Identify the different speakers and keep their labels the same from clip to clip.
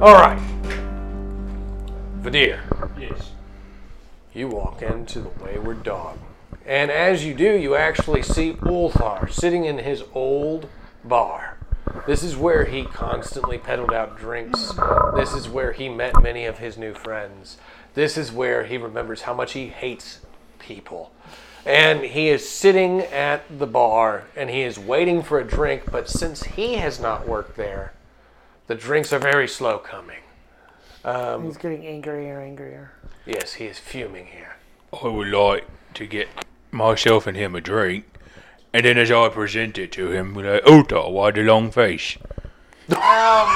Speaker 1: All right. Vadir,
Speaker 2: Yes.
Speaker 1: you walk into the wayward dog. And as you do, you actually see Ulthar sitting in his old bar. This is where he constantly peddled out drinks. This is where he met many of his new friends. This is where he remembers how much he hates people. And he is sitting at the bar and he is waiting for a drink, but since he has not worked there, the drinks are very slow coming.
Speaker 3: He's getting angrier and angrier.
Speaker 1: Yes, he is fuming here.
Speaker 2: I would like to get myself and him a drink. And then as I present it to him, we're like, Uta, why the long face? Oh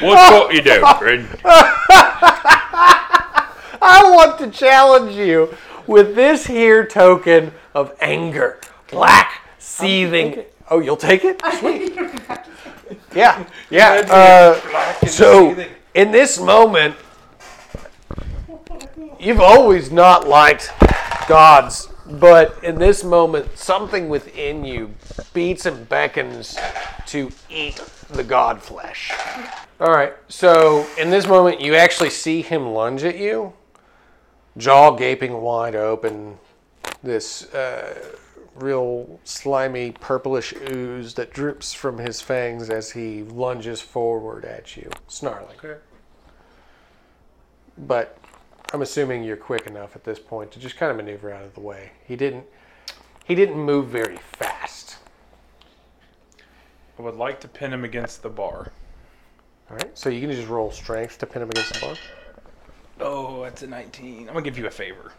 Speaker 2: What's got you there, friend?
Speaker 1: I want to challenge you with this here token of anger. Black seething. Oh, you'll take it? Sweet. yeah, yeah. Uh, so, in this moment, you've always not liked gods, but in this moment, something within you beats and beckons to eat the god flesh. All right, so in this moment, you actually see him lunge at you jaw gaping wide open, this uh, real slimy purplish ooze that drips from his fangs as he lunges forward at you, snarling. But I'm assuming you're quick enough at this point to just kind of maneuver out of the way. He didn't. He didn't move very fast.
Speaker 4: I would like to pin him against the bar.
Speaker 1: All right, so you can just roll strength to pin him against the bar.
Speaker 4: Oh, that's a 19. I'm going to give you a favor.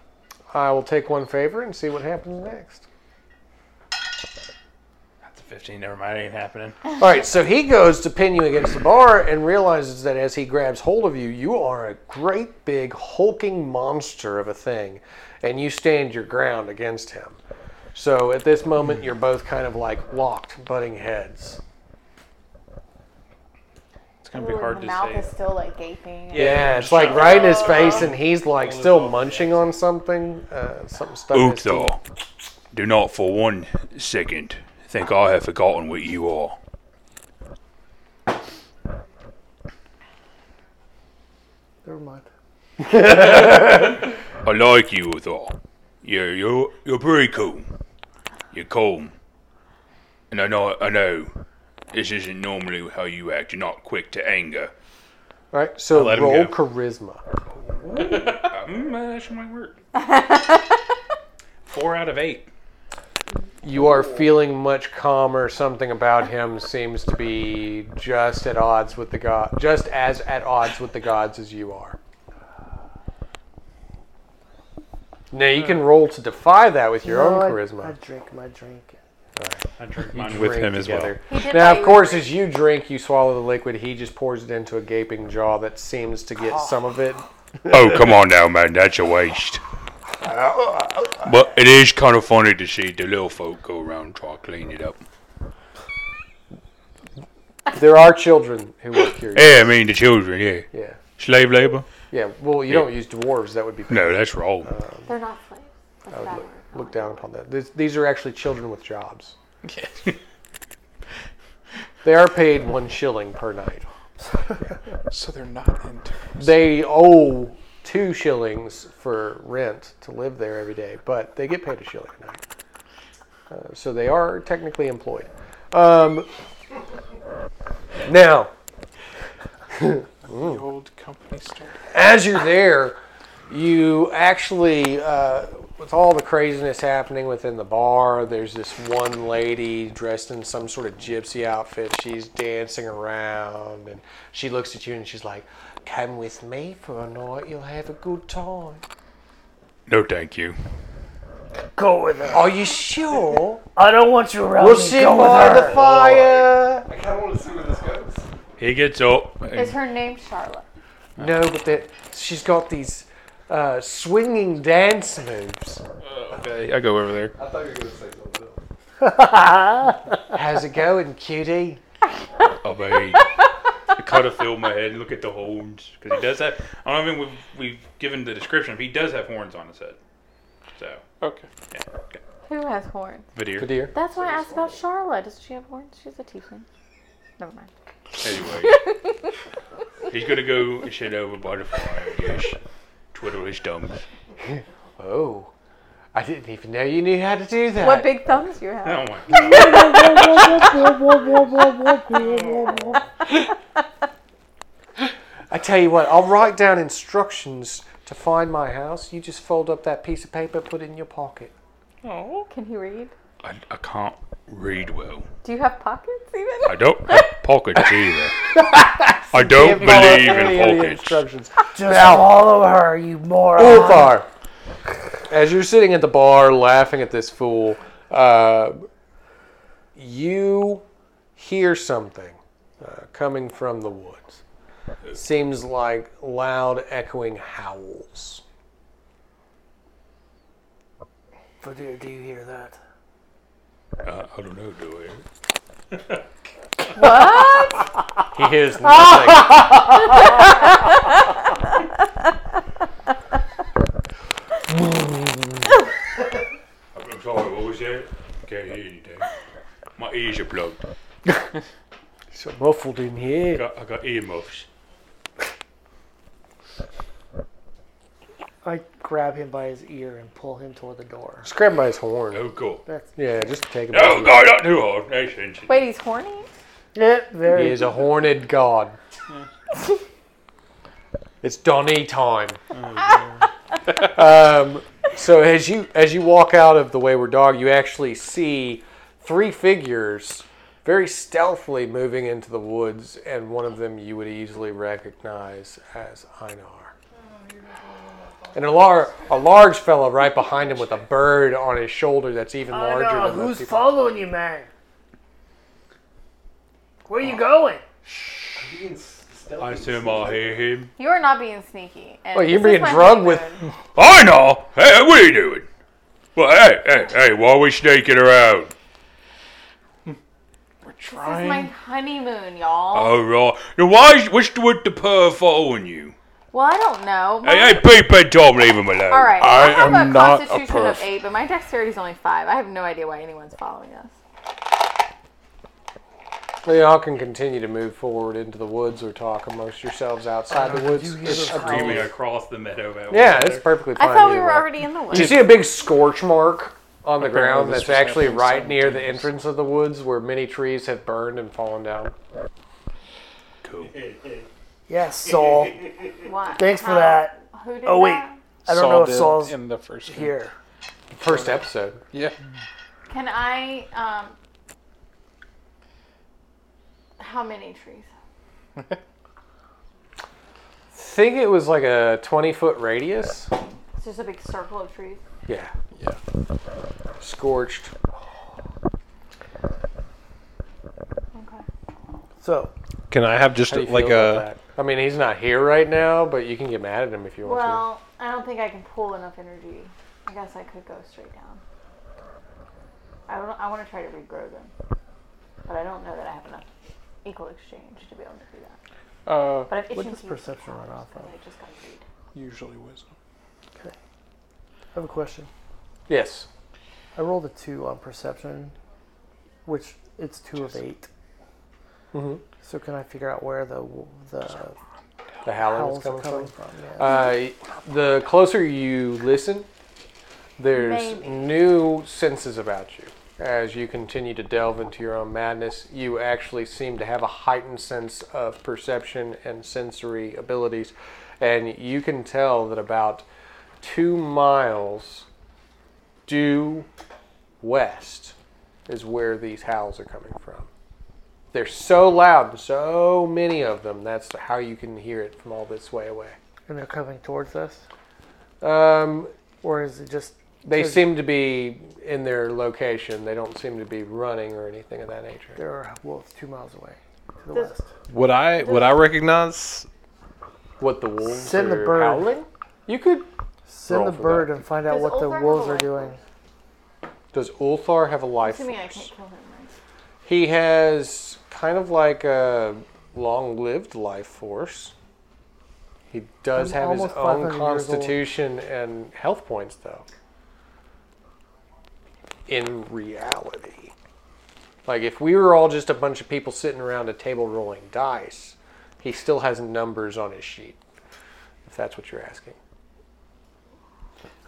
Speaker 1: I will take one favor and see what happens next.
Speaker 4: That's a 15. Never mind. It ain't happening.
Speaker 1: All right, so he goes to pin you against the bar and realizes that as he grabs hold of you, you are a great big hulking monster of a thing, and you stand your ground against him. So at this moment, you're both kind of like locked, butting heads.
Speaker 4: It's going to be
Speaker 5: Ooh,
Speaker 4: hard
Speaker 5: the
Speaker 4: to
Speaker 5: mouth
Speaker 4: say.
Speaker 5: is still like gaping.
Speaker 1: Yeah, it's like right in his face, and he's like still munching on something, uh, something stuck. in his teeth.
Speaker 2: Uta, do not for one second think I have forgotten what you are.
Speaker 3: Never mind.
Speaker 2: I like you, Uta. Yeah, you're, you're pretty cool. You're calm. And I know, I know this isn't normally how you act. You're not quick to anger.
Speaker 1: All right, so
Speaker 2: let him
Speaker 1: roll
Speaker 2: go.
Speaker 1: charisma.
Speaker 4: Mm, that actually might work. Four out of eight.
Speaker 1: You are feeling much calmer. Something about him seems to be just at odds with the god, just as at odds with the gods as you are. Now you can roll to defy that with your
Speaker 3: No, I-
Speaker 1: own
Speaker 3: I
Speaker 1: charisma.
Speaker 3: drink my drink.
Speaker 4: I drink mine
Speaker 1: You
Speaker 4: with
Speaker 1: drink
Speaker 4: him as well.
Speaker 1: together.
Speaker 5: He did buy
Speaker 1: Now, of
Speaker 5: you
Speaker 1: course, as you drink, you swallow the liquid. He just pours it into a gaping jaw that seems to get some of it.
Speaker 2: Oh, come on now, man. That's a waste. But it is kind of funny to see the little folk go around and try to clean it up.
Speaker 1: There are children who work here.
Speaker 2: Yeah, I mean, the children, yeah.
Speaker 1: Yeah,
Speaker 2: Slave labor?
Speaker 1: yeah. Well, you don't use dwarves. That would be
Speaker 2: No, that's wrong.
Speaker 5: They're not slaves. That's bad word.
Speaker 1: looked down upon that. This, these are actually children with jobs. They are paid one shilling per night.
Speaker 6: so they're not into.
Speaker 1: They owe two shillings for rent to live there every day, but they get paid a shilling a night. Uh, so they are technically employed. Um, now,
Speaker 6: The old company store.
Speaker 1: as you're there, you actually, uh, with all the craziness happening within the bar, there's this one lady dressed in some sort of gypsy outfit. She's dancing around and she looks at you and she's like, Come with me for a night, you'll have a good time.
Speaker 2: No, thank you.
Speaker 3: Go with her.
Speaker 1: Are you sure?
Speaker 3: I don't want you around
Speaker 1: We'll
Speaker 3: me.
Speaker 1: sit
Speaker 3: Go with
Speaker 1: by the
Speaker 3: her.
Speaker 1: fire.
Speaker 7: I kind of want to see where this goes.
Speaker 2: He gets up.
Speaker 5: Is her name Charlotte?
Speaker 1: No, but that she's got these uh, swinging dance moves.
Speaker 4: Okay, I go over there.
Speaker 7: I thought you were going to say something else.
Speaker 1: How's it going, cutie?
Speaker 2: I mean, I kind of feel my head and look at the horns.
Speaker 4: Because he does have. I don't even think we've, we've given the description, but he does have horns on his head. So,
Speaker 6: Okay.
Speaker 4: yeah. Okay.
Speaker 5: Who has horns?
Speaker 4: Vadir.
Speaker 1: Good dear.
Speaker 5: That's why I asked about Charlotte. Does she have horns? She's a tiefling. Never mind.
Speaker 2: Anyway, he's gonna go and sit over by the fire, I guess. Twiddle his thumbs.
Speaker 1: Oh, I didn't even know you knew how to do that.
Speaker 5: What big thumbs you have.
Speaker 4: Oh my god.
Speaker 1: I tell you what, I'll write down instructions to find my house. You just fold up that piece of paper, put it in your pocket.
Speaker 5: Can he read?
Speaker 2: I, I can't read well.
Speaker 5: Do you have pockets even?
Speaker 2: I don't have pockets either. I don't
Speaker 1: Can't follow
Speaker 2: believe
Speaker 1: any of the
Speaker 2: in pockets.
Speaker 1: instructions.
Speaker 3: Just
Speaker 1: Now-
Speaker 3: follow her, you moron.
Speaker 1: Ulthar, as you're sitting at the bar laughing at this fool, uh, you hear something uh, coming from the woods. Seems like loud, echoing howls.
Speaker 3: But do do you hear that?
Speaker 2: Uh, I don't know, do I?
Speaker 1: He hears nothing.
Speaker 2: I'm, I'm sorry, what was that? Can't hear anything. My ears are plugged.
Speaker 1: so muffled in
Speaker 2: I
Speaker 1: here.
Speaker 2: got, I got earmuffs.
Speaker 3: I grab him by his ear and pull him toward the door.
Speaker 1: Just grab him by his horn.
Speaker 2: Oh, God.
Speaker 3: That's
Speaker 1: Yeah, just take him.
Speaker 2: Oh, God, not too hard. That's sensitive.
Speaker 5: Wait, he's horny?
Speaker 3: it.
Speaker 1: He
Speaker 3: Very.
Speaker 1: is a horned god. it's Donny time. um, so as you as you walk out of the Wayward Dog, you actually see three figures very stealthily moving into the woods, and one of them you would easily recognize as Einar. And a, lar- a large fellow right behind him with a bird on his shoulder that's even larger
Speaker 3: Anna,
Speaker 1: than the
Speaker 3: who's
Speaker 1: people.
Speaker 3: following you, man? Where you going?
Speaker 7: Being s- stealthy.
Speaker 2: I assume I'll hear him.
Speaker 5: You are not being sneaky. And
Speaker 1: Well, you're
Speaker 5: this is
Speaker 1: being
Speaker 5: my
Speaker 1: drugged with-
Speaker 5: honeymoon.
Speaker 2: I know. Hey, what are you doing? Well, hey, hey, hey, why are we snaking around?
Speaker 6: We're
Speaker 5: This is my
Speaker 6: trying.
Speaker 5: honeymoon, y'all.
Speaker 2: Oh, right. Now, why is, what's with the perv following you?
Speaker 5: well, I don't know.
Speaker 2: Hey, hey, Pete and Tom, leave him alone.
Speaker 5: All right.
Speaker 6: I
Speaker 5: have
Speaker 6: am
Speaker 5: a
Speaker 6: not a
Speaker 5: constitution of
Speaker 6: perf.
Speaker 5: eight, but my dexterity is only five. I have no idea why anyone's following us.
Speaker 1: Well, y'all can continue to move forward into the woods or talk amongst yourselves outside the woods. It's up to you.
Speaker 4: Screaming across the meadow. out
Speaker 1: Yeah,
Speaker 4: there.
Speaker 1: it's perfectly
Speaker 5: I
Speaker 1: fine.
Speaker 5: thought we
Speaker 1: either
Speaker 5: were
Speaker 1: way.
Speaker 5: already in the
Speaker 1: Do you
Speaker 5: woods.
Speaker 1: see a big scorch mark on the ground
Speaker 6: this
Speaker 1: that's
Speaker 6: was
Speaker 1: actually
Speaker 6: happening
Speaker 1: right near the entrance of the woods where many trees have burned and fallen down?
Speaker 2: Cool.
Speaker 3: Yes, Saul.
Speaker 5: Why?
Speaker 3: Thanks for
Speaker 5: How?
Speaker 3: that.
Speaker 5: Who did
Speaker 3: Oh, wait.
Speaker 5: that?
Speaker 3: I don't know if
Speaker 6: did
Speaker 3: Saul's
Speaker 6: in the first one.
Speaker 3: here.
Speaker 1: First episode.
Speaker 6: Yeah.
Speaker 5: Can I? Um, how many trees?
Speaker 1: think it was like a 20 foot radius.
Speaker 5: It's just a big circle of trees.
Speaker 1: Yeah. Yeah. Scorched.
Speaker 5: Okay.
Speaker 3: So,
Speaker 8: Can I have just
Speaker 1: How do you feel
Speaker 8: like
Speaker 1: about
Speaker 8: a?
Speaker 1: that? I mean, he's not here right now, but you can get mad at him if you want to.
Speaker 5: Well, I don't think I can pull enough energy. I guess I could go straight down. I don't. I want to try to regrow them, but I don't know that I have enough equal exchange to be able to do that.
Speaker 1: Uh,
Speaker 5: But I've
Speaker 3: what
Speaker 5: itching
Speaker 3: does
Speaker 5: feet.
Speaker 3: perception run off of?
Speaker 5: I just got greed.
Speaker 6: Usually wisdom.
Speaker 3: I have a question.
Speaker 1: yes.
Speaker 3: I rolled a two on perception, which it's two of 8
Speaker 1: Mm-hmm.
Speaker 3: So can I figure out where the the
Speaker 1: The howling
Speaker 3: howls
Speaker 1: is
Speaker 3: are
Speaker 1: coming from.
Speaker 3: coming from? Yeah.
Speaker 1: Uh, the closer you listen, there's
Speaker 5: Maybe.
Speaker 1: new senses about you. As you continue to delve into your own madness, you actually seem to have a heightened sense of perception and sensory abilities. And you can tell that about two miles due west is where these howls are coming from. They're so loud, and so many of them, that's how you can hear it from all this way away.
Speaker 3: and they're coming towards us,
Speaker 1: Um,
Speaker 3: or is it just
Speaker 1: they
Speaker 3: Does-
Speaker 1: seem to be in their location. They don't seem to be running or anything of that nature.
Speaker 3: they're wolves two miles away to the
Speaker 5: Does-
Speaker 3: west?
Speaker 8: Would I would I recognize?
Speaker 1: What the wolves
Speaker 3: Send the
Speaker 1: are
Speaker 3: bird.
Speaker 1: howling? You could.
Speaker 3: Send
Speaker 1: roll
Speaker 3: the
Speaker 1: for
Speaker 3: bird
Speaker 1: that.
Speaker 3: and find out
Speaker 5: Does
Speaker 3: what the
Speaker 5: Ulthar have
Speaker 3: wolves
Speaker 5: a
Speaker 3: are
Speaker 5: life
Speaker 3: doing.
Speaker 1: Does Ulthar have a life
Speaker 5: Assuming I
Speaker 1: force?
Speaker 5: can't kill him, right?
Speaker 1: He has kind of like a long-lived life force. He does
Speaker 3: I'm
Speaker 1: have his
Speaker 3: almost
Speaker 1: own
Speaker 3: 500 years old.
Speaker 1: constitution and health points, though. In reality, Like if we were all just a bunch of people sitting around a table rolling dice, he still has numbers on his sheet. If that's what you're asking.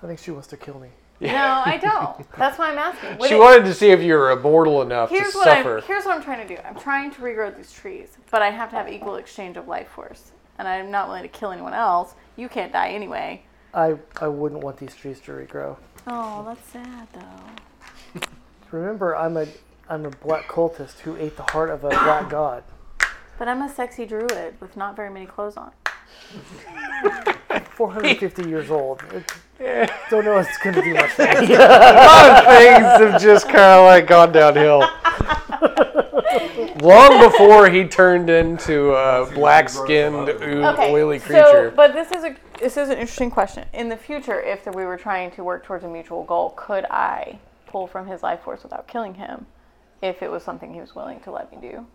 Speaker 3: I think she wants to kill me.
Speaker 5: No, I don't. That's why I'm asking. Would
Speaker 1: she
Speaker 5: it-
Speaker 1: wanted to see if you were immortal enough to
Speaker 5: here's what I'm,
Speaker 1: suffer.
Speaker 5: here's what I'm trying to do. I'm trying to regrow these trees, but I have to have equal exchange of life force, and I'm not willing to kill anyone else. You can't die anyway.
Speaker 3: I, I wouldn't want these trees to regrow.
Speaker 5: Oh, that's sad though.
Speaker 3: Remember, I'm a I'm a black cultist who ate the heart of a black god.
Speaker 5: But I'm a sexy druid with not very many clothes on.
Speaker 3: 450 years old. It, don't know if it's going to do much. good.
Speaker 1: things have just kind of like gone downhill. Long before he turned into a black-skinned, oo- oily
Speaker 5: so
Speaker 1: creature.
Speaker 5: but this is a this is an interesting question. In the future, if we were trying to work towards a mutual goal, could I pull from his life force without killing him, if it was something he was willing to let me do?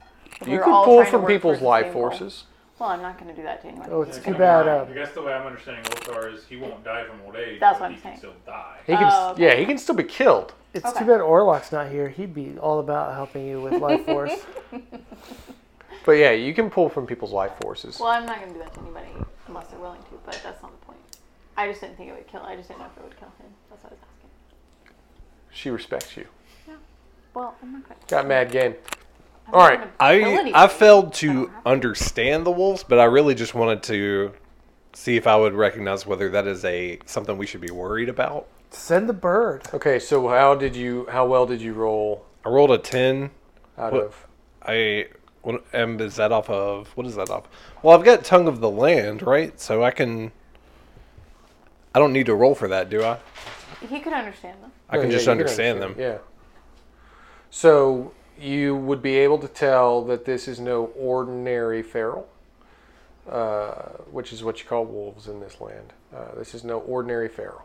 Speaker 5: If we
Speaker 1: you
Speaker 5: were
Speaker 1: can
Speaker 5: all
Speaker 1: pull
Speaker 5: trying to
Speaker 1: from
Speaker 5: work towards
Speaker 1: people's
Speaker 5: the
Speaker 1: life
Speaker 5: same goal.
Speaker 1: forces.
Speaker 5: Well, I'm not going to do that to anyone.
Speaker 3: Oh, it's
Speaker 5: He's
Speaker 3: too
Speaker 5: gonna
Speaker 3: bad.
Speaker 5: die.
Speaker 3: Uh,
Speaker 4: I guess the way I'm understanding Ulthar is he won't die from old age.
Speaker 5: That's
Speaker 4: but
Speaker 5: what I'm
Speaker 4: he
Speaker 5: saying.
Speaker 4: Can still die.
Speaker 1: He can, s-
Speaker 5: Oh, okay.
Speaker 1: yeah, he can still be killed.
Speaker 3: it's
Speaker 5: Okay.
Speaker 3: too bad Orlok's not here. He'd be all about helping you with life force.
Speaker 1: But yeah, you can pull from people's life forces.
Speaker 5: Well, I'm not going to do that to anybody unless they're willing to. But that's not the point. I just didn't think it would kill. I just didn't know if it would kill him. That's what I was asking.
Speaker 1: She respects you.
Speaker 5: Well, I'm not going to.
Speaker 1: Got mad game. All right,
Speaker 8: I I failed to understand the wolves, but I really just wanted to see if I would recognize whether that is a something we should be worried about.
Speaker 3: Send the bird.
Speaker 1: Okay, so how did you? How well did you roll
Speaker 8: I rolled a ten.
Speaker 1: out
Speaker 8: What-
Speaker 1: of?
Speaker 8: I what, um, is that off of what is that off? Well, I've got tongue of the land, right? So I can. I don't need to roll for that, do I?
Speaker 5: He could understand them.
Speaker 8: I
Speaker 1: No,
Speaker 8: can
Speaker 1: yeah,
Speaker 8: just
Speaker 1: you
Speaker 8: understand, them.
Speaker 1: Yeah. So you would be able to tell that this is no ordinary feral, uh, which is what you call wolves in this land. Uh, this is no ordinary feral.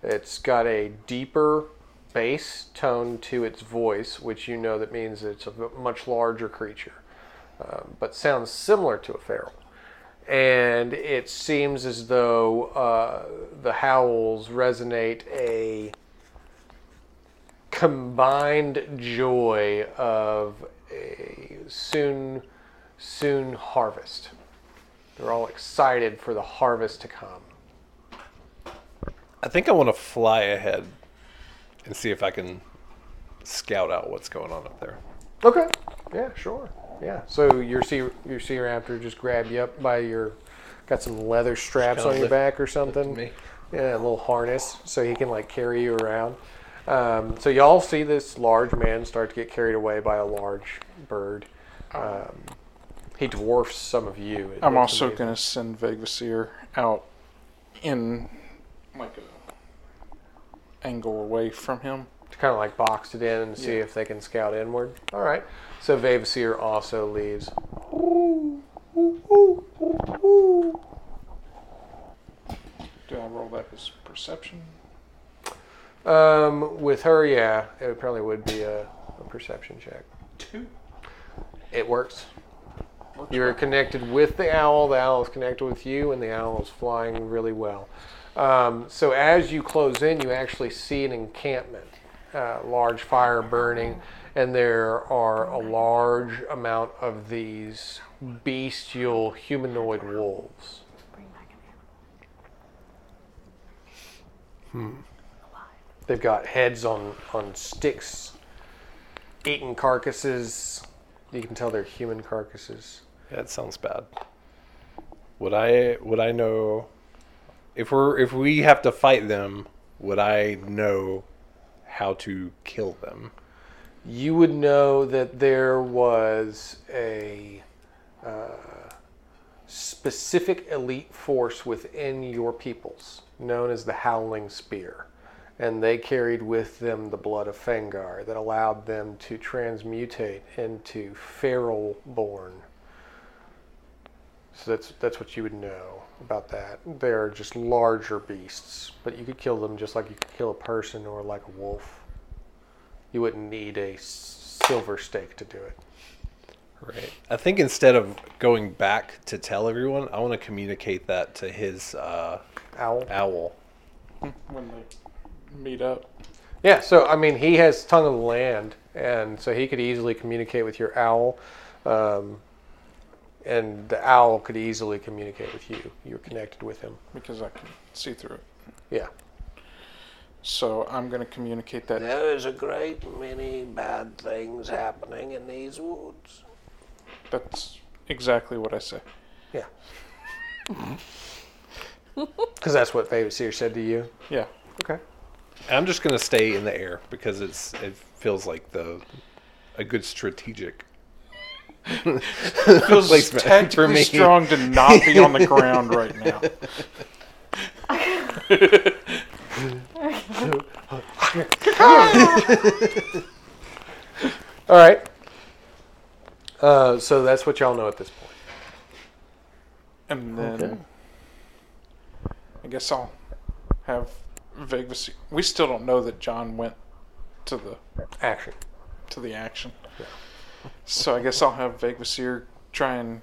Speaker 1: It's got a deeper bass tone to its voice, which you know that means it's a v- much larger creature, um, but sounds similar to a feral. And it seems as though uh, the howls resonate a combined joy of a soon soon harvest. They're all excited for the harvest to come.
Speaker 8: I think I want to fly ahead and see if I can scout out what's going on up there.
Speaker 1: Okay. Yeah, sure. Yeah. So your sea your sea raptor just grabbed you up by your got some leather straps
Speaker 8: kinda
Speaker 1: on your
Speaker 8: lift-
Speaker 1: back or something.
Speaker 8: me.
Speaker 1: Yeah, a little harness so he can like carry you around. Um, so y'all see this large man start to get carried away by a large bird.
Speaker 8: Oh.
Speaker 1: Um, he dwarfs some of you. It
Speaker 6: I'm
Speaker 1: looks
Speaker 6: also
Speaker 1: amazing.
Speaker 6: gonna send Vagvasir out in like a angle away from him.
Speaker 1: to kind of like box it in and see if they can scout inward. All right. So Vavasir also leaves.
Speaker 6: Do I roll that as perception?
Speaker 1: Um, with her, yeah, it probably would be a, a perception check.
Speaker 6: Two.
Speaker 1: It works. You're connected with the owl. The owl is connected with you, and the owl is flying really well. Um, so as you close in, you actually see an encampment, uh, large fire burning, and there are a large amount of these bestial humanoid wolves.
Speaker 5: Bring back an animal.
Speaker 1: They've got heads on, on sticks, eating carcasses. You can tell they're human carcasses.
Speaker 8: That sounds bad. Would I would I know if we're if we have to fight them, would I know how to kill them?
Speaker 1: You would know that there was a uh, specific elite force within your peoples known as the Howling Spear. And they carried with them the blood of Fangar that allowed them to transmutate into feral born So that's that's what you would know about that. They're just larger beasts, but you could kill them just like you could kill a person or like a wolf. You wouldn't need a s- silver stake to do it.
Speaker 8: Right. I think instead of going back to tell everyone, I want to communicate that to his uh,
Speaker 1: Owl.
Speaker 8: owl.
Speaker 6: When they meet up.
Speaker 1: Yeah. So I mean, he has tongue of land. and so he could easily communicate with your owl, um, and the owl could easily communicate with you. You're connected with him.
Speaker 6: because I can see through it.
Speaker 1: Yeah.
Speaker 6: So I'm going to communicate that.
Speaker 1: There is a great many bad things happening in these woods.
Speaker 6: That's exactly what I say.
Speaker 1: Yeah. Because that's what Favorite Seer said to you.
Speaker 6: Yeah.
Speaker 1: Okay.
Speaker 8: I'm just gonna stay in the air because it's it feels like the a good strategic
Speaker 6: Feels
Speaker 8: Placement for
Speaker 6: tactically
Speaker 8: me.
Speaker 6: strong to not be on the ground right now.
Speaker 1: All right. Uh, so that's what y'all know at this point.
Speaker 6: And then I guess I'll have vague. vac- We still don't know that John went to the
Speaker 1: Action.
Speaker 6: to the action. So I guess I'll have Vague Vasir try and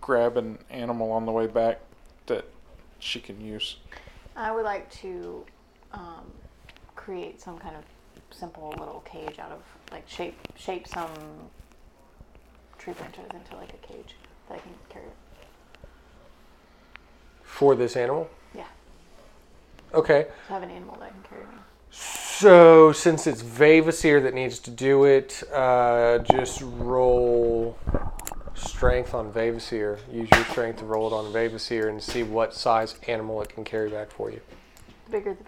Speaker 6: grab an animal on the way back that she can use.
Speaker 5: I would like to um, create some kind of simple little cage out of like shape shape some tree branches into like a cage that I can carry.
Speaker 1: For this animal?
Speaker 5: Yeah,
Speaker 1: Okay.
Speaker 5: to have an animal that I can carry around.
Speaker 1: So since it's Vavasir that needs to do it, uh, just roll strength on Vavasir. Use your strength to roll it on Vavasir and see what size animal it can carry back for you.
Speaker 5: The bigger the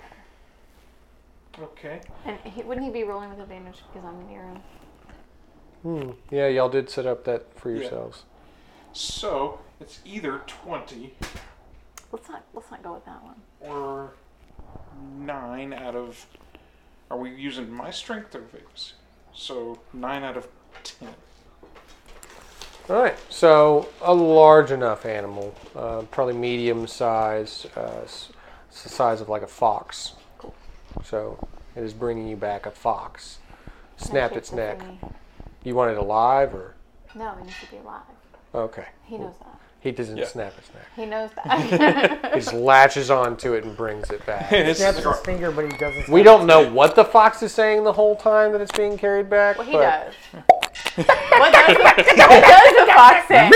Speaker 5: better.
Speaker 3: Okay.
Speaker 5: And he, wouldn't he be rolling with advantage because I'm near him?
Speaker 1: Yeah, y'all did set up that for yourselves.
Speaker 6: So it's either twenty
Speaker 5: Let's not let's not go with that one.
Speaker 6: or nine out of. Are we using my strength or Vague Vasir? So nine out of ten.
Speaker 1: All right, so a large enough animal, uh, probably medium size, uh, s- it's the size of like a fox. So it is bringing you back a fox.
Speaker 5: Can I
Speaker 1: Snapped
Speaker 5: shape
Speaker 1: its
Speaker 5: the
Speaker 1: neck.
Speaker 5: thingy?
Speaker 1: You want it alive or?
Speaker 5: No, he needs to be alive.
Speaker 1: Okay.
Speaker 5: He knows that.
Speaker 1: He doesn't
Speaker 6: Yeah.
Speaker 1: snap its neck.
Speaker 5: He knows that.
Speaker 1: He just latches onto it and brings it back.
Speaker 6: It's-
Speaker 3: Snaps his finger, but he doesn't.
Speaker 1: We don't know what the fox is saying the whole time that it's being carried back.
Speaker 5: well, he
Speaker 1: but
Speaker 5: does. what does, what does the fox say?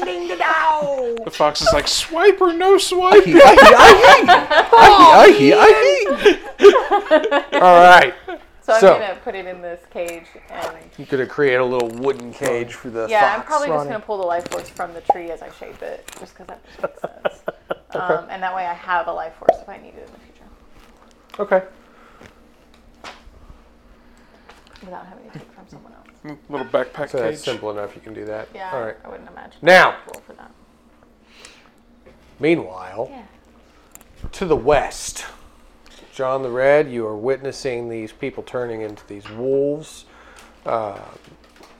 Speaker 6: The fox is like swipe or no swipe.
Speaker 1: All right.
Speaker 5: So I'm
Speaker 1: So-
Speaker 5: gonna put it in this cage, and
Speaker 1: You could have created a little wooden cage for the
Speaker 5: yeah, I'm
Speaker 1: fox.
Speaker 5: probably just
Speaker 3: Ronnie.
Speaker 5: gonna pull the life force from the tree as I shape it, just because that just makes sense. Um, and that way, I have a life force if I need it in the future,
Speaker 1: Okay.
Speaker 5: without having to take it from someone else.
Speaker 6: Little backpack
Speaker 1: So
Speaker 6: cage.
Speaker 1: that's simple enough. You can do that.
Speaker 5: Yeah,
Speaker 1: All right.
Speaker 5: I wouldn't imagine.
Speaker 1: Now.
Speaker 5: roll for that.
Speaker 1: Meanwhile,
Speaker 5: Yeah.
Speaker 1: to the west, John the Red, you are witnessing these people turning into these wolves. Uh,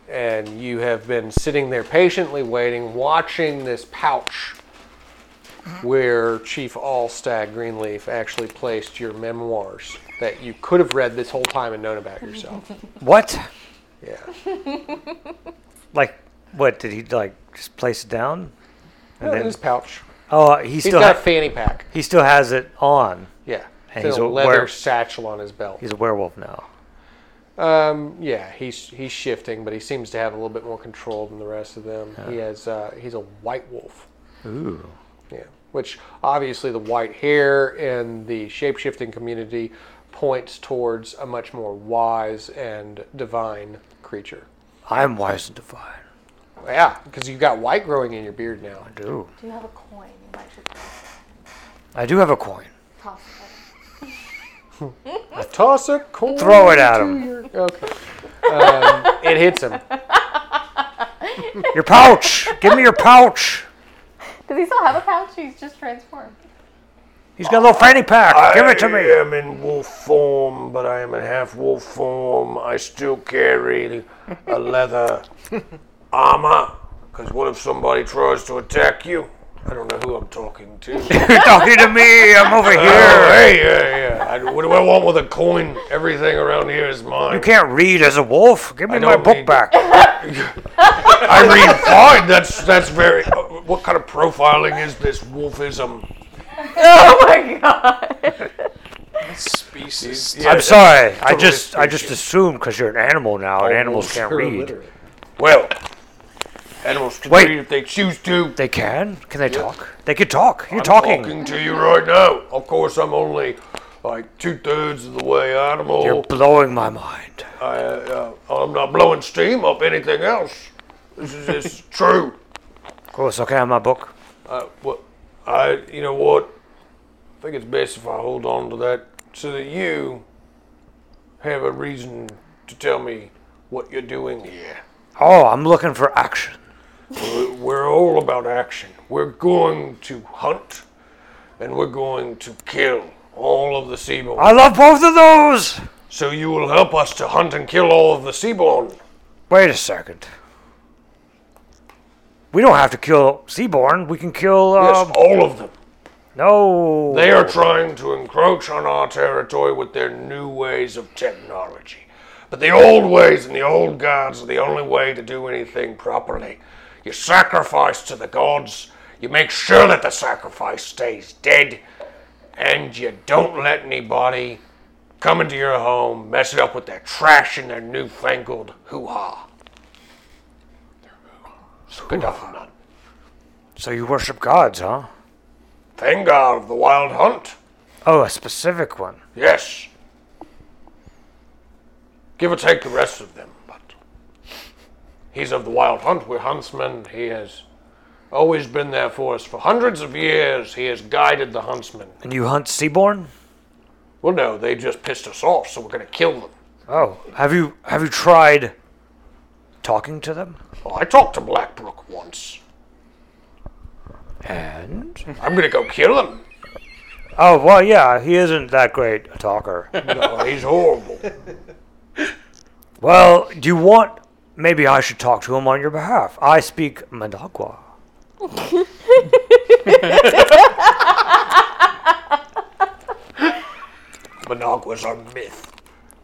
Speaker 1: and you have been sitting there patiently waiting, watching this pouch where Chief Allstag Greenleaf actually placed your memoirs that you could have read this whole time and known about yourself.
Speaker 9: What?
Speaker 1: Yeah.
Speaker 9: Like, what did he like? Just place it down? And
Speaker 1: in his pouch.
Speaker 9: oh, he
Speaker 1: He's
Speaker 9: still
Speaker 1: got a
Speaker 9: ha-
Speaker 1: fanny pack.
Speaker 9: he still has it on.
Speaker 1: Yeah.
Speaker 9: And he's
Speaker 1: It's in a
Speaker 9: a
Speaker 1: leather
Speaker 9: were-
Speaker 1: satchel on his belt.
Speaker 9: He's a werewolf now.
Speaker 1: Um, yeah, he's he's shifting, but he seems to have a little bit more control than the rest of them. He has uh, he's a white wolf.
Speaker 9: Ooh.
Speaker 1: Yeah, which obviously the white hair in the shapeshifting community points towards a much more wise and divine creature.
Speaker 9: I'm wise and divine.
Speaker 1: Yeah, because you've got white growing in your beard now.
Speaker 9: I do.
Speaker 5: Do you have a coin? You might should
Speaker 9: I do have a coin.
Speaker 5: toss it.
Speaker 1: Toss a coin.
Speaker 9: Throw it at him.
Speaker 1: Your... Okay. Um, it hits him.
Speaker 9: Your pouch. Give me your pouch.
Speaker 5: Does he still have a pouch? He's just transformed.
Speaker 9: He's got a little fanny pack. Give it to me.
Speaker 1: I am in wolf form, but I am in half wolf form. I still carry a leather armor. Because what if somebody tries to attack you? I don't know who I'm talking to.
Speaker 9: You're talking to me. I'm over
Speaker 1: Oh,
Speaker 9: here.
Speaker 1: hey, yeah, yeah. I, what do I want with a coin? Everything around here is mine.
Speaker 9: You can't read as a wolf. Give me my
Speaker 1: don't
Speaker 9: book
Speaker 1: read.
Speaker 9: back.
Speaker 1: I read fine. That's that's very. Uh, what kind of profiling is this wolfism?
Speaker 5: Oh my god!
Speaker 6: species.
Speaker 10: Yeah,
Speaker 9: I'm
Speaker 10: that's
Speaker 9: sorry. I
Speaker 10: totally
Speaker 9: just I just assumed because you're an animal now and animals can't
Speaker 11: You're
Speaker 9: read.
Speaker 11: illiterate.
Speaker 10: Well, animals can
Speaker 9: Wait.
Speaker 10: read if they choose to.
Speaker 9: They can? Can they talk? They can talk. You're talking.
Speaker 10: I'm talking to you right now. Of course, I'm only like two thirds of the way animal.
Speaker 9: You're blowing my mind.
Speaker 10: I, uh, I'm not blowing steam up anything else. This is this is true.
Speaker 9: Of course, okay, on my book.
Speaker 10: Uh, what I, you know what? I think it's best if I hold on to that so that you have a reason to tell me what you're doing here.
Speaker 9: Oh, I'm looking for action.
Speaker 10: We're- We're all about action. We're going to hunt and we're going to kill all of the seaborn.
Speaker 9: I love both of those.
Speaker 10: So you will help us to hunt and kill all of the seaborn.
Speaker 9: Wait a second. We don't have to kill Seaborn. We can kill.
Speaker 10: Yes,
Speaker 9: Um,
Speaker 10: all of them.
Speaker 9: No.
Speaker 10: They are trying to encroach on our territory with their new ways of technology. But the old ways and the old gods are the only way to do anything properly. You sacrifice to the gods, you make sure that the sacrifice stays dead, and you don't let anybody come into your home, mess it up with their trash and their newfangled hoo ha. Skadafnan.
Speaker 9: So you worship gods, huh?
Speaker 10: Thengar of the Wild Hunt.
Speaker 9: Oh, a specific one.
Speaker 10: Yes. Give or take the rest of them, but he's of the wild hunt. We're huntsmen. He has always been there for us. For hundreds of years, he has guided the huntsmen.
Speaker 9: And you hunt Seaborn?
Speaker 10: Well, no, they just pissed us off, so we're going to kill them.
Speaker 9: Oh, have you have you tried talking to them?
Speaker 10: Oh, I talked to Blackbrook once.
Speaker 9: And
Speaker 10: I'm going to go kill him.
Speaker 9: oh well, yeah, he isn't that great a talker.
Speaker 10: No, he's horrible.
Speaker 9: well, do you want? Maybe I should talk to him on your behalf. I speak Mandagua.
Speaker 10: Monogua's a myth.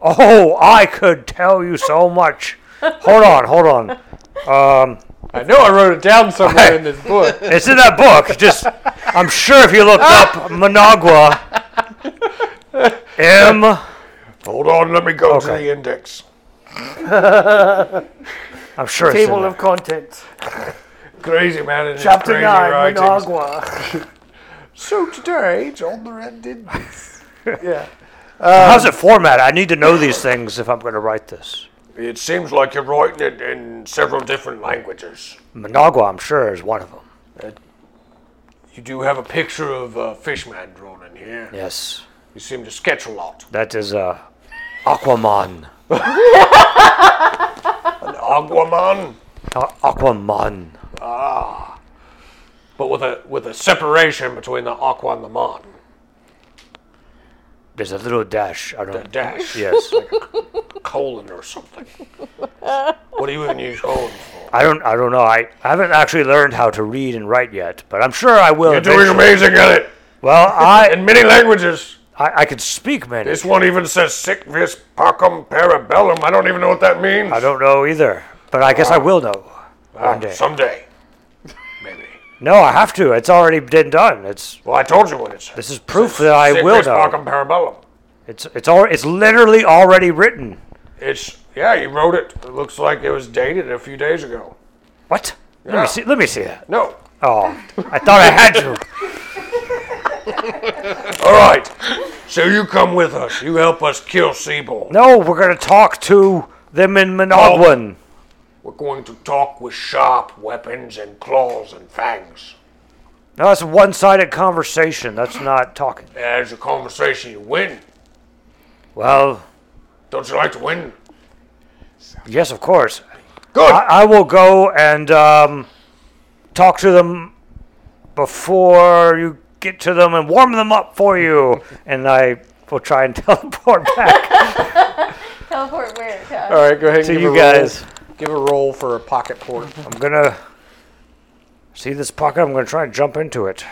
Speaker 9: Oh, I could tell you so much. Hold on, hold on. Um,
Speaker 10: I know I wrote it down somewhere in this book.
Speaker 9: it's in that book. Just, I'm sure if you looked up Managua, M.
Speaker 10: Hold on, let me go to
Speaker 9: Okay.
Speaker 10: the index.
Speaker 9: I'm sure it's in
Speaker 3: Table
Speaker 9: there.
Speaker 3: of contents.
Speaker 10: Crazy man in his
Speaker 3: Chapter
Speaker 10: crazy
Speaker 3: 9,
Speaker 10: writings.
Speaker 3: Managua.
Speaker 10: So today, John the Red did this.
Speaker 3: yeah.
Speaker 9: How's it formatted? I need to know these things if I'm going to write this.
Speaker 10: It seems like you're writing it in several different languages.
Speaker 9: Managua, I'm sure, is one of them.
Speaker 10: You do have a picture of uh, Fishman drawn in here.
Speaker 9: Yes,
Speaker 10: You seem to sketch a lot.
Speaker 9: that is uh, Aquaman.
Speaker 10: An Aguaman,
Speaker 9: Uh, Aquaman.
Speaker 10: but with a with a separation between the aqua and the mon.
Speaker 9: There's a little dash. I
Speaker 10: A
Speaker 9: don't.
Speaker 10: dash,
Speaker 9: Yes,
Speaker 10: colon or something. what do you even use colon for?
Speaker 9: I don't. I don't know. I, I haven't actually learned how to read and write yet, but I'm sure I will.
Speaker 10: You're doing
Speaker 9: eventually.
Speaker 10: amazing at it.
Speaker 9: Well, I,
Speaker 10: In many languages,
Speaker 9: I I can speak many.
Speaker 10: this one even says sic vis pacem parabellum. I don't even know what that means.
Speaker 9: I don't know either, but I guess I will know.
Speaker 10: Ah,
Speaker 9: day.
Speaker 10: Someday, maybe.
Speaker 9: No, I have to. It's already been done. It's
Speaker 10: Well, I told you what it says.
Speaker 9: this is proof that I
Speaker 10: Sic
Speaker 9: will
Speaker 10: vis
Speaker 9: know.
Speaker 10: pacem parabellum.
Speaker 9: It's it's all it's literally already written.
Speaker 10: It's yeah, you wrote it. It looks like it was dated a few days ago.
Speaker 9: What? Let
Speaker 10: Yeah.
Speaker 9: me see. Let me see that.
Speaker 10: No.
Speaker 9: Oh, I thought I had you.
Speaker 10: All right. So you come with us. You help us kill Seaborn.
Speaker 9: No, we're gonna talk to them in Monogwan.
Speaker 10: Oh. We're going to talk with sharp weapons and claws and fangs.
Speaker 9: No, that's a one-sided conversation. That's not talking.
Speaker 10: As a conversation, you win.
Speaker 9: Well,
Speaker 10: Don't you like to win?
Speaker 9: yes, of course.
Speaker 10: Good.
Speaker 9: I, I will go and um, talk to them before you get to them and warm them up for you. and I will try and teleport back
Speaker 5: Teleport where? To us.
Speaker 1: All right, go ahead. And
Speaker 9: to
Speaker 1: give a
Speaker 9: you
Speaker 1: roll-
Speaker 9: guys.
Speaker 1: Give a roll for a pocket port.
Speaker 9: I'm gonna see this pocket. I'm gonna try and jump into it.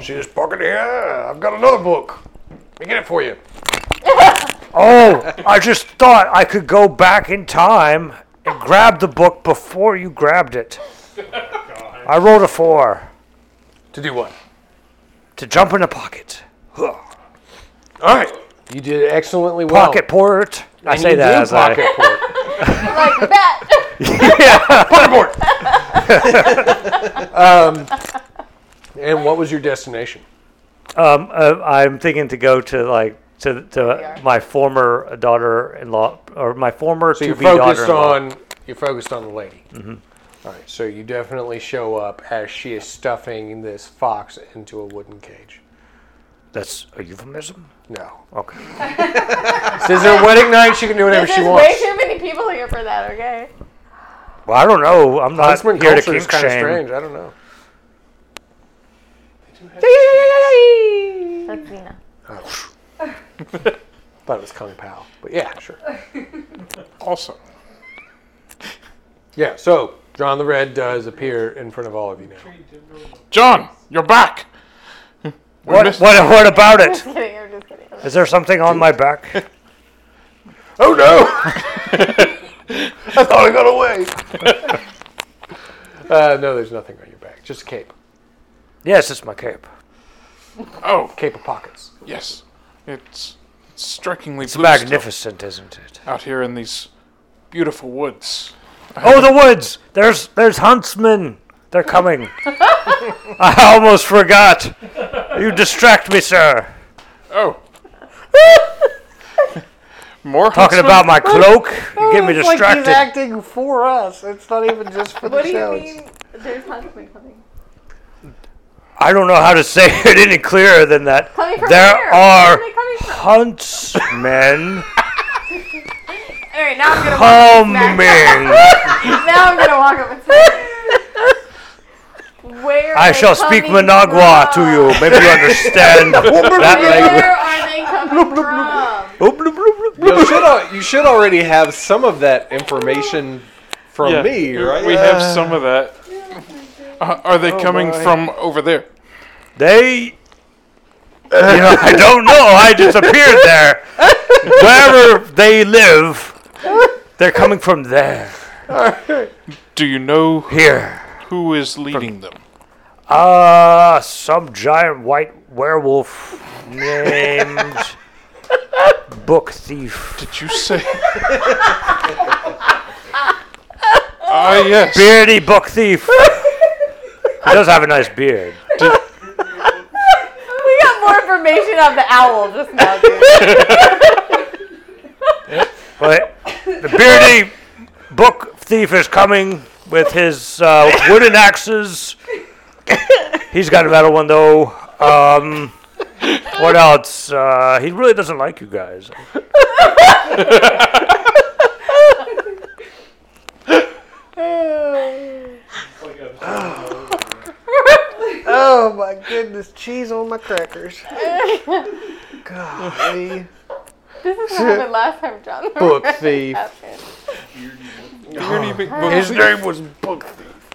Speaker 10: See this pocket here? I've got another book. Let me get it for you.
Speaker 9: Oh, I just thought I could go back in time and grab the book before you grabbed it. I rolled a four
Speaker 10: To do what?
Speaker 9: to jump in a pocket.
Speaker 10: All right.
Speaker 1: You did excellently well.
Speaker 9: Pocket port. I
Speaker 1: And
Speaker 9: say
Speaker 1: you
Speaker 9: that
Speaker 1: did
Speaker 9: as I.
Speaker 1: pocket port.
Speaker 5: Like that.
Speaker 1: And what was your destination?
Speaker 9: Um, uh, I'm thinking to go to like to, to my former daughter-in-law or my former
Speaker 1: So you
Speaker 9: to be daughter
Speaker 1: focused
Speaker 9: in law.
Speaker 1: on you focused on the lady.
Speaker 9: Mm-hmm.
Speaker 1: All right. So you definitely show up as she is stuffing this fox into a wooden cage.
Speaker 9: That's a euphemism.
Speaker 1: No.
Speaker 9: Okay.
Speaker 1: This is her wedding night. She can do whatever
Speaker 5: There's
Speaker 1: she
Speaker 5: way
Speaker 1: wants.
Speaker 5: too many people here for that. Okay.
Speaker 9: Well, I don't know. I'm not
Speaker 1: Huntsman
Speaker 9: here to
Speaker 1: culture is
Speaker 9: kink
Speaker 1: kind of
Speaker 9: shame.
Speaker 1: strange. I don't know.
Speaker 5: That's Nina.
Speaker 1: Thought it was Kung Pao, but yeah, sure.
Speaker 6: Also,
Speaker 1: Yeah. So John the Red does appear in front of all of you now.
Speaker 6: John, you're back. We
Speaker 9: What,
Speaker 6: missed-
Speaker 9: what, what about it?
Speaker 5: Just kidding. I'm just kidding.
Speaker 9: Is there something on my back?
Speaker 1: Oh no! I thought I got away. uh, no, there's nothing on your back. Just a cape,
Speaker 9: Yes, it's my cape.
Speaker 6: Oh,
Speaker 1: cape of pockets.
Speaker 6: yes. It's strikingly
Speaker 9: It's
Speaker 6: blue
Speaker 9: magnificent, isn't it?
Speaker 6: still out here in these beautiful woods.
Speaker 9: Oh, the woods! There's there's huntsmen. They're coming. I almost forgot. You distract me, sir.
Speaker 6: Oh. More
Speaker 9: Talking
Speaker 6: huntsmen?
Speaker 9: about my cloak. You get
Speaker 3: Oh,
Speaker 9: me distracted.
Speaker 1: acting for us. It's not even just for
Speaker 5: What do you mean? There's huntsmen coming.
Speaker 9: I don't know how to say it any clearer than that.
Speaker 5: Coming from
Speaker 9: There
Speaker 5: where?
Speaker 9: are
Speaker 5: Where are they coming from?
Speaker 9: huntsmen
Speaker 5: All right. Now I'm gonna. walk up
Speaker 9: coming.
Speaker 5: and smack- Now I'm gonna walk up and. smack. Where?
Speaker 9: I
Speaker 5: are they
Speaker 9: shall speak
Speaker 5: coming
Speaker 9: Managua to
Speaker 5: from?
Speaker 9: you. Maybe you understand that language.
Speaker 5: Where are they coming from?
Speaker 9: Oh, bloop, bloop, bloop.
Speaker 8: You should, al- you should already have some of that information from
Speaker 6: Yeah.
Speaker 8: me, right?
Speaker 6: We have some of that. Uh, are
Speaker 1: Oh,
Speaker 6: they coming from over there?
Speaker 9: They. You know, I don't know. I just appeared there. Wherever they live, they're coming from there.
Speaker 6: Do you know
Speaker 9: Here.
Speaker 6: who is leading them?
Speaker 9: Ah, some giant white werewolf named Book Thief.
Speaker 6: Did you say? Ah, yes.
Speaker 9: Beardy Book Thief. He does have a nice beard.
Speaker 5: We got more information on the owl just now, dude.
Speaker 9: But the beardy book thief is coming with his uh, wooden axes. He's got a metal one though. Um, what else? Uh, he really doesn't like you guys.
Speaker 7: Oh my goodness, cheese on my crackers. Golly.
Speaker 5: This is what happened last time, John.
Speaker 1: Book thief.
Speaker 5: Happened.
Speaker 1: His name was Book Thief.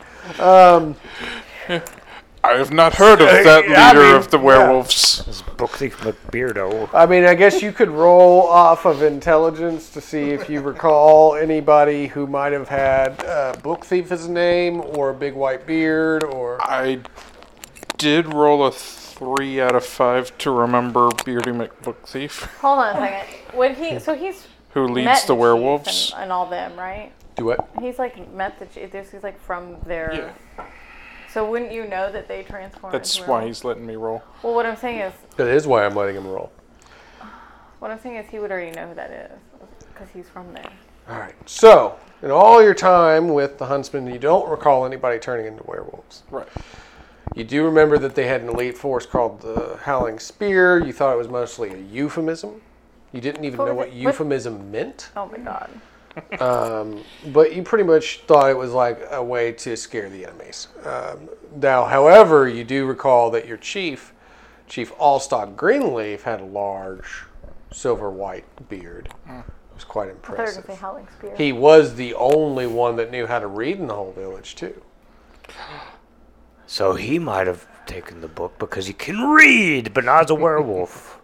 Speaker 6: I have not heard of that leader
Speaker 1: I mean,
Speaker 6: of the werewolves.
Speaker 9: Book thief McBeardo.
Speaker 1: I mean, I guess you could roll off of intelligence to see if you recall anybody who might have had uh, Book Thief as a name or a big white beard or.
Speaker 6: I did roll a three out of five to remember Beardy McBook Thief,
Speaker 5: Hold on a second. When he, so he's
Speaker 6: who
Speaker 5: met
Speaker 6: leads
Speaker 5: the
Speaker 6: the
Speaker 5: chief
Speaker 6: werewolves.
Speaker 5: and, and all them, right?
Speaker 1: Do what?
Speaker 5: He's like met the chief. This is like from their.
Speaker 6: Yeah.
Speaker 5: So wouldn't you know that they transform?
Speaker 6: That's
Speaker 5: into
Speaker 6: why
Speaker 5: werewolves?
Speaker 6: he's letting me roll.
Speaker 5: Well, what I'm saying is,
Speaker 1: That is why I'm letting him roll.
Speaker 5: what I'm saying is, he would already know who that is because he's from there.
Speaker 1: All right. So, in all your time with the huntsman, you don't recall anybody turning into werewolves.
Speaker 6: Right.
Speaker 1: You do remember that they had an elite force called the Howling Spear. You thought it was mostly a euphemism. You didn't even
Speaker 5: What
Speaker 1: know
Speaker 5: was
Speaker 1: what
Speaker 5: it? What-
Speaker 1: euphemism meant,
Speaker 5: Oh my god.
Speaker 1: but you pretty much thought it was like a way to scare the enemies. Um, now, however, you do recall that your chief, Chief Allstock Greenleaf, had a large silver white beard. It was
Speaker 5: I
Speaker 1: quite
Speaker 5: thought you were
Speaker 1: impressive.
Speaker 5: gonna say howling spear.
Speaker 1: He was the only one that knew how to read in the whole village, too.
Speaker 9: So he might have taken the book because he can read, but not as a werewolf.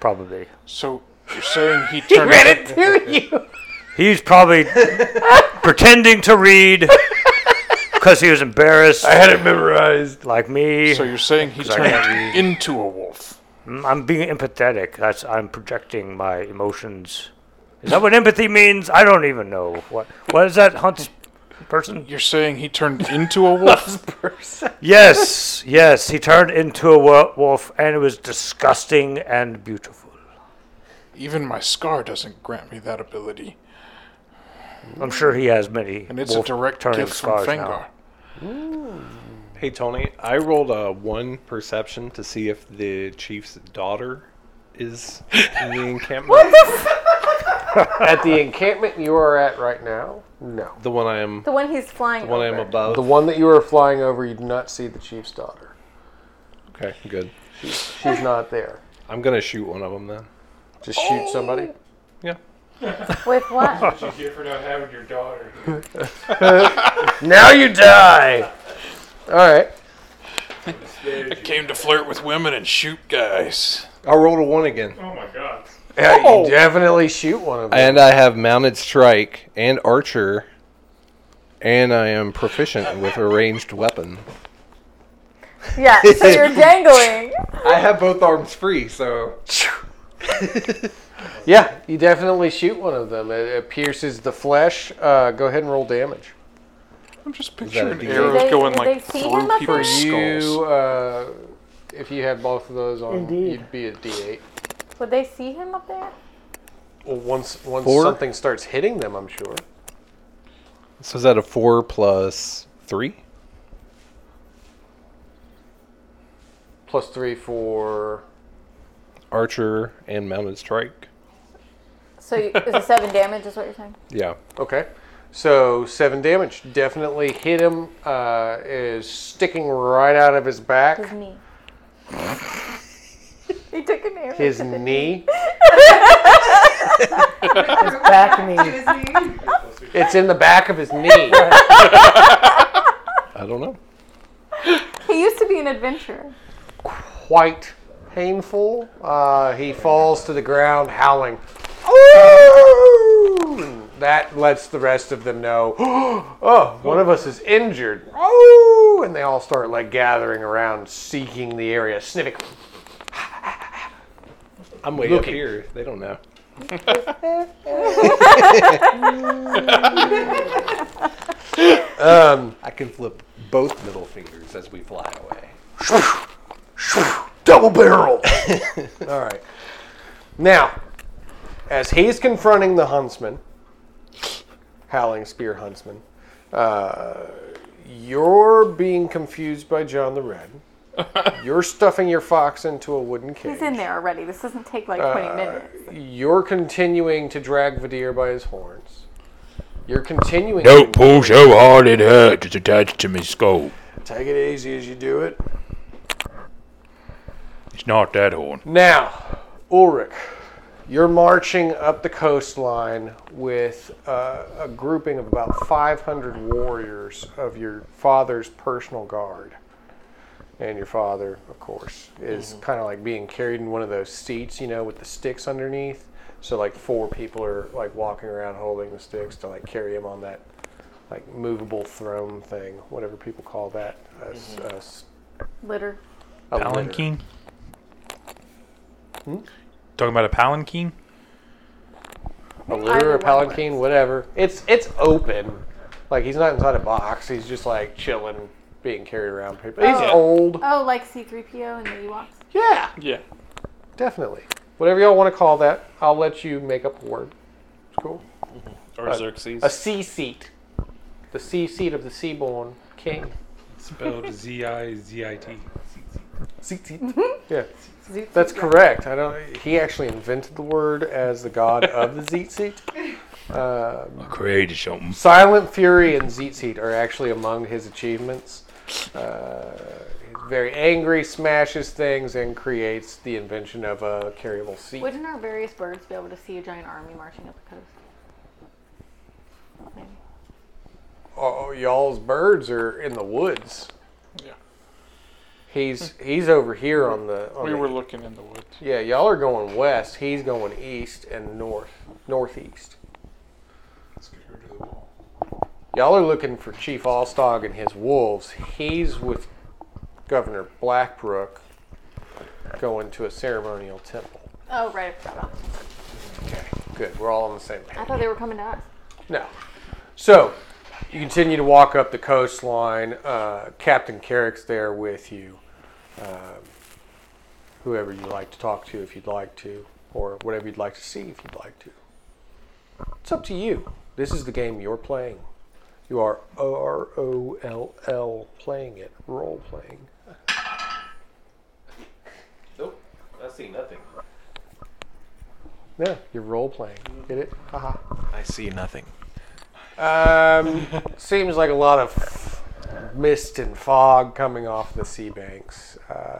Speaker 9: Probably.
Speaker 6: So you're saying he turned into-
Speaker 9: He's probably pretending to read because he was embarrassed,
Speaker 1: had it memorized.
Speaker 9: like me.
Speaker 6: So you're saying he turned into a wolf?
Speaker 9: Mm, I'm being empathetic. That's I'm projecting my emotions. Is that what empathy means? I don't even know what. What is that, Hunt's person?
Speaker 6: You're saying he turned into a wolf?
Speaker 9: Yes, yes. He turned into a wo- wolf, and it was disgusting and beautiful.
Speaker 6: Even my scar doesn't grant me that ability.
Speaker 9: I'm sure he has many.
Speaker 6: And it's a
Speaker 9: wolf
Speaker 6: direct
Speaker 9: turning
Speaker 6: gift from
Speaker 9: scars now.
Speaker 6: Fengar.
Speaker 8: Hey Tony, I rolled a one perception to see if the chief's daughter is in the encampment.
Speaker 1: At the encampment you are at right now, no.
Speaker 8: The one I am,
Speaker 5: The one he's flying
Speaker 8: the one I am
Speaker 5: over.
Speaker 8: above.
Speaker 1: The one that you are flying over, you do not see the chief's daughter.
Speaker 8: okay, good.
Speaker 1: She's not there.
Speaker 8: I'm gonna shoot one of them then.
Speaker 1: Just shoot somebody.
Speaker 5: With what?
Speaker 4: What you get for not having your daughter?
Speaker 1: Now you die. All right.
Speaker 6: I came to flirt with women and shoot guys.
Speaker 8: I rolled a one again,
Speaker 4: Oh my god.
Speaker 1: Yeah, you definitely shoot one of them.
Speaker 8: and I have mounted strike and archer, and I am proficient with a ranged weapon.
Speaker 5: yeah, so you're dangling.
Speaker 8: I have both arms free, so
Speaker 1: Yeah, you definitely shoot one of them. It, it pierces the flesh. Uh, go ahead and roll damage.
Speaker 6: I'm just
Speaker 8: that a
Speaker 6: picturing
Speaker 8: D8?
Speaker 6: arrows
Speaker 5: Did they-
Speaker 6: going
Speaker 5: did
Speaker 6: like
Speaker 5: they see
Speaker 6: through
Speaker 5: him up
Speaker 6: people's
Speaker 1: You,
Speaker 6: skulls.
Speaker 1: uh, if you had both of those on,
Speaker 3: Indeed.
Speaker 1: you'd be a D8.
Speaker 5: Would they see him up there?
Speaker 1: Well, once once
Speaker 8: Four?
Speaker 1: something starts hitting them, I'm sure.
Speaker 8: so is that a four plus three?
Speaker 1: Plus three for
Speaker 8: Archer and mounted strike.
Speaker 5: So you, is it seven damage? Is what you're saying?
Speaker 8: Yeah.
Speaker 1: Okay. So seven damage. Definitely hit him. Uh, is sticking right out of his
Speaker 5: His
Speaker 1: back.
Speaker 5: knee. he took an arrow.
Speaker 1: His knee.
Speaker 3: Back me.
Speaker 1: It's in the back of his knee.
Speaker 8: I don't know.
Speaker 5: He used to be an adventurer.
Speaker 1: Quite painful. Uh, he falls to the ground howling. That lets the rest of them know. Oh, one of us is injured. Oh, and they all start like gathering around, seeking the area, sniffing.
Speaker 8: I'm way
Speaker 1: Looking.
Speaker 8: up here. They don't know. um, I can flip both middle fingers as we fly away.
Speaker 1: double barrel. All right. Now, as he's confronting the huntsman, howling spear huntsman, uh, you're being confused by John the Red. you're stuffing your fox into a wooden cage.
Speaker 5: He's in there already. This doesn't take like 20 minutes.
Speaker 1: You're continuing to drag Vadir by his horns. You're continuing.
Speaker 2: Don't pull so hard it hurts. It's attached to my skull.
Speaker 1: Take it easy as you do it.
Speaker 2: It's not that horn.
Speaker 1: Now, Ulrich, you're marching up the coastline with uh, a grouping of about 500 warriors of your father's personal guard. And your father, of course, is kind of like being carried in one of those seats, you know, with the sticks underneath. So, like, four people are like walking around holding the sticks to like carry him on that like movable throne thing, whatever people call that. A s- a s-
Speaker 5: Litter.
Speaker 1: a litter.
Speaker 4: Palanquin? Talking about a palanquin?
Speaker 1: a litter,
Speaker 5: Either
Speaker 1: a
Speaker 5: one
Speaker 1: palanquin, whatever. It's it's open. Like he's not inside a box. He's just like chilling, being carried around. People. He's
Speaker 5: Oh.
Speaker 1: old.
Speaker 5: Oh, like C3PO and the Ewoks.
Speaker 1: Yeah,
Speaker 6: Yeah.
Speaker 1: definitely. Whatever y'all want to call that, I'll let you make up a word. It's cool.
Speaker 6: Or Xerxes.
Speaker 1: A sea seat. The sea seat of the seaborn king.
Speaker 4: Spelled Z I Z I T.
Speaker 1: Yeah, that's correct. I don't. He actually invented the word as the god of the zeet seat. Uh,
Speaker 2: I created something.
Speaker 1: Silent Fury and Zeetseed are actually among his achievements. Uh, he's very angry, smashes things, and creates the invention of a carryable seat.
Speaker 5: Wouldn't our various birds be able to see a giant army marching up the coast? Maybe.
Speaker 1: Oh, y'all's birds are in the woods.
Speaker 6: Yeah.
Speaker 1: He's he's over here on the. On
Speaker 6: We
Speaker 1: the-
Speaker 6: were looking in the woods.
Speaker 1: yeah, y'all are going west. He's going east and north, northeast.
Speaker 6: Let's get her to the wall.
Speaker 1: Y'all are looking for Chief Allstog and his wolves. He's with Governor Blackbrook. going to a ceremonial temple.
Speaker 5: Oh, right. I forgot about that.
Speaker 1: Okay, good. We're all on the same page.
Speaker 5: I thought they were coming to us.
Speaker 1: No. So you continue to walk up the coastline. Uh, Captain Carrick's there with you. Um, whoever you like to talk to, if you'd like to, or whatever you'd like to see, if you'd like to. It's up to you. This is the game you're playing. You are O R O L L playing it, role playing.
Speaker 12: Nope. I see nothing.
Speaker 1: Yeah, you're role playing. Get it? Haha.
Speaker 12: I see nothing.
Speaker 1: Um, seems like a lot of mist and fog coming off the sea banks. Uh,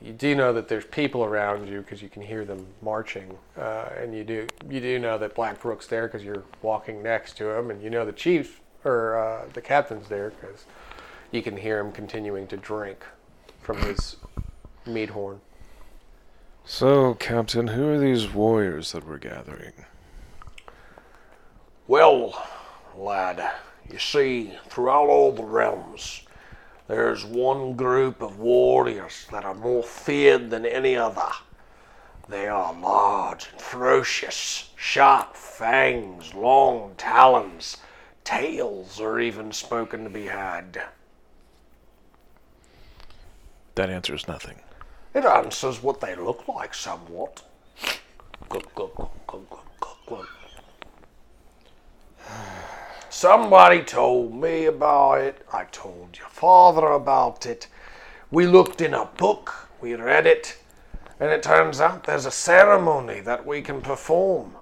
Speaker 1: you do know that there's people around you because you can hear them marching, uh, and you do you do know that Black Brook's there because you're walking next to him, and you know the chief or uh, the captain's there because you can hear him continuing to drink from his mead horn.
Speaker 13: So, Captain, who are these warriors that we're gathering?
Speaker 10: Well, lad, you see, throughout all the realms, there's one group of warriors that are more feared than any other. They are large and ferocious, sharp fangs, long talons, tails are even spoken to be had.
Speaker 13: That answers nothing.
Speaker 10: It answers what they look like somewhat. Glug, glug, glug, glug, glug, glug, glug. Somebody told me about it. I told your father about it. We looked in a book, we read it, and it turns out there's a ceremony that we can perform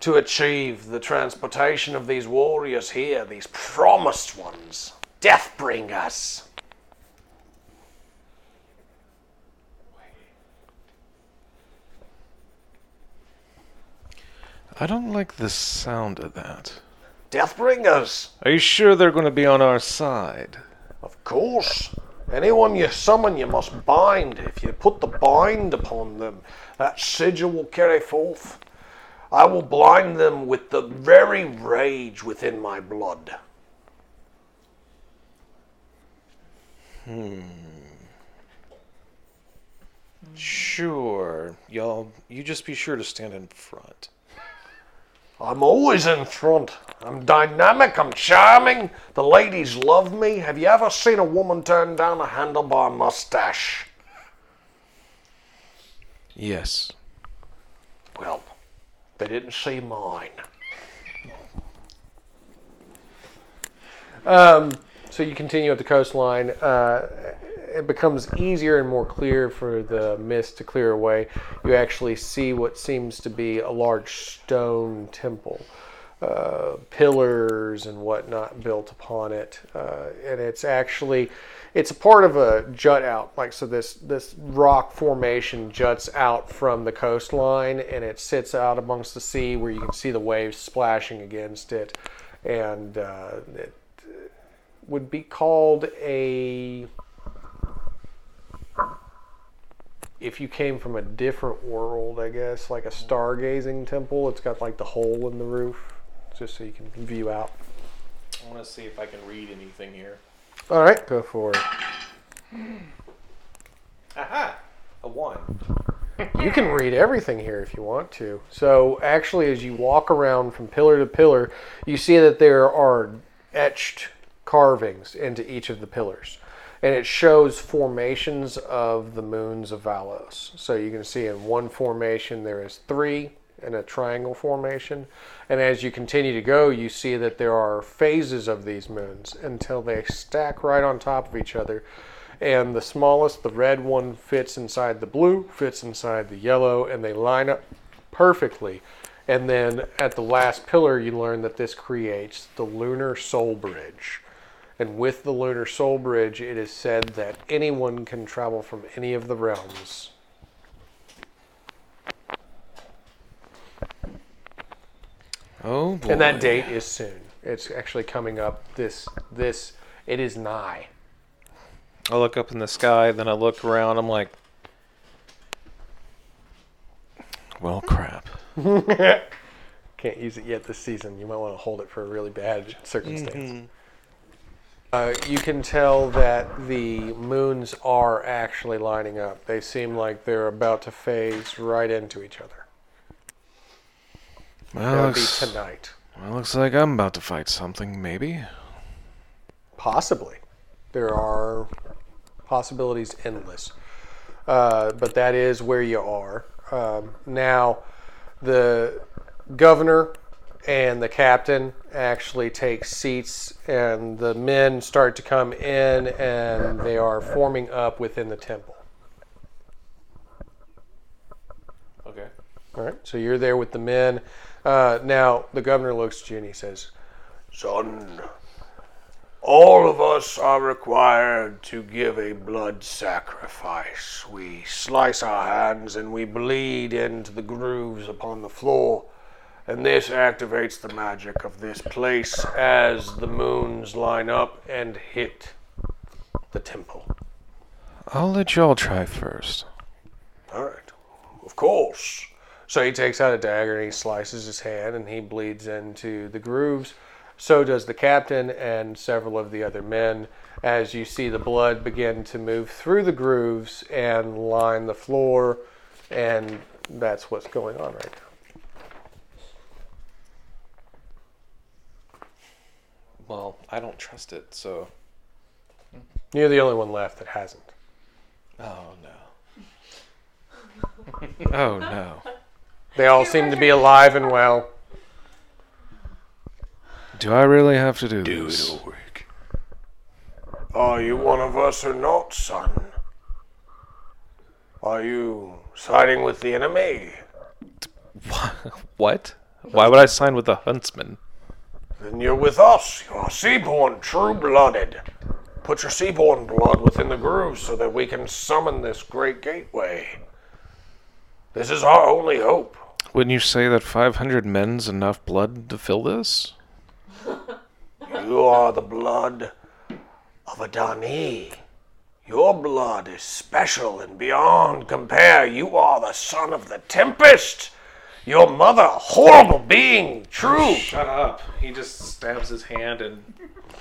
Speaker 10: to achieve the transportation of these warriors here, these promised ones, death bringers.
Speaker 13: I don't like the sound of that.
Speaker 10: Deathbringers,
Speaker 13: Are you sure they're going to be on our side?
Speaker 10: of course. Anyone you summon, you must bind. If you put the bind upon them, that sigil will carry forth. I will blind them with the very rage within my blood.
Speaker 13: Hmm. Sure. Y'all, you just be sure to stand in front.
Speaker 10: I'm always in front. I'm dynamic, I'm charming. The ladies love me. Have you ever seen a woman turn down a handlebar mustache?
Speaker 13: Yes.
Speaker 10: Well, they didn't see mine.
Speaker 1: Um, so you continue up the coastline. Uh, it becomes easier and more clear for the mist to clear away. You actually see what seems to be a large stone temple, uh, pillars and whatnot built upon it, uh, and it's actually it's a part of a jut out. Like so, this this rock formation juts out from the coastline, and it sits out amongst the sea where you can see the waves splashing against it, and uh, it would be called a if you came from a different world i guess like a stargazing temple it's got like the hole in the roof just so you can view out
Speaker 12: I want to see if I can read anything here.
Speaker 1: all right go for it
Speaker 12: Aha! A one.
Speaker 1: you can read everything here if you want to. So, actually, as you walk around from pillar to pillar, you see that there are etched carvings into each of the pillars. And it shows formations of the moons of Valos. So, you can see in one formation there is three in a triangle formation. And as you continue to go, you see that there are phases of these moons until they stack right on top of each other and the smallest, the red one, fits inside the blue, fits inside the yellow, and they line up perfectly. And then at the last pillar, you learn that this creates the lunar soul bridge. And with the lunar soul bridge, it is said that anyone can travel from any of the realms.
Speaker 13: Oh, boy.
Speaker 1: And that date is soon. It's actually coming up this this it is nigh.
Speaker 13: I look up in the sky, then I look around. I'm like, well, crap.
Speaker 1: Can't use it yet this season. You might want to hold it for a really bad circumstance. Uh, you can tell that the moons are actually lining up. They seem like they're about to phase right into each other. That'll
Speaker 13: looks-
Speaker 1: be tonight.
Speaker 13: Well, looks like I'm about to fight something, maybe.
Speaker 1: Possibly. There are possibilities endless. Uh, but that is where you are. Um, now, the governor and the captain actually take seats, and the men start to come in, and they are forming up within the temple.
Speaker 12: Okay.
Speaker 1: All right, so you're there with the men. Uh, now, the governor looks at you and he says,
Speaker 10: Son, all of us are required to give a blood sacrifice. We slice our hands and we bleed into the grooves upon the floor, and this activates the magic of this place as the moons line up and hit the temple.
Speaker 13: I'll let y'all try first.
Speaker 1: All right. Of course. So he takes out a dagger and he slices his hand and he bleeds into the grooves. So does the captain and several of the other men as you see the blood begin to move through the grooves and line the floor. And that's what's going on right now.
Speaker 13: Well, I don't trust it, so.
Speaker 1: You're the only one left that hasn't.
Speaker 13: Oh no. oh no.
Speaker 1: They all seem to be alive and well.
Speaker 13: Do I really have to do, this?
Speaker 10: Are you one of us or not, son? Are you siding with the enemy?
Speaker 13: What? Why would I sign with the huntsman?
Speaker 10: Then you're with us. You are seaborn, true blooded. Put your seaborn blood within the grooves so that we can summon this great gateway. This is our only hope.
Speaker 13: Wouldn't you say that 500 men's enough blood to fill this?
Speaker 10: You are the blood of a Dani. Your blood is special and beyond compare. You are the son of the Tempest. Your mother, a horrible being, true.
Speaker 12: Shut up. He just stabs his hand and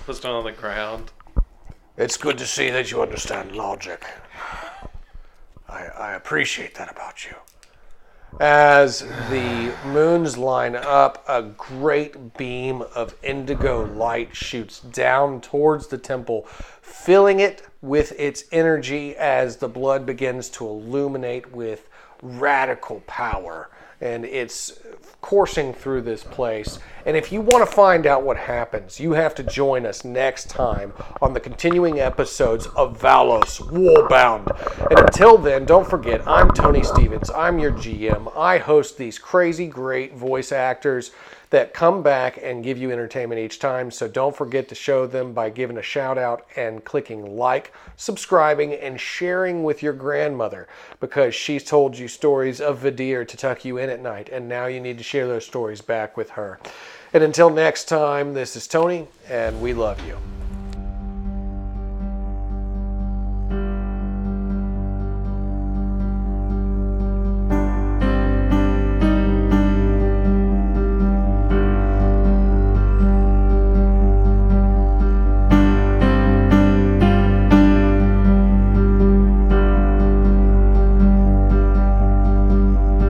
Speaker 12: puts it on the ground.
Speaker 10: It's good to see that you understand logic. I, I appreciate that about you.
Speaker 1: As the moons line up, a great beam of indigo light shoots down towards the temple, filling it with its energy as the blood begins to illuminate with radical power. And it's coursing through this place. And if you want to find out what happens, you have to join us next time on the continuing episodes of Valos Warbound. And until then, don't forget, I'm Tony Stevens. I'm your GM. I host these crazy, great voice actors that come back and give you entertainment each time. So don't forget to show them by giving a shout out and clicking like, subscribing, and sharing with your grandmother because she's told you stories of Vadir to tuck you in at night. And now you need to share those stories back with her. And until next time, this is Tony, and we love you.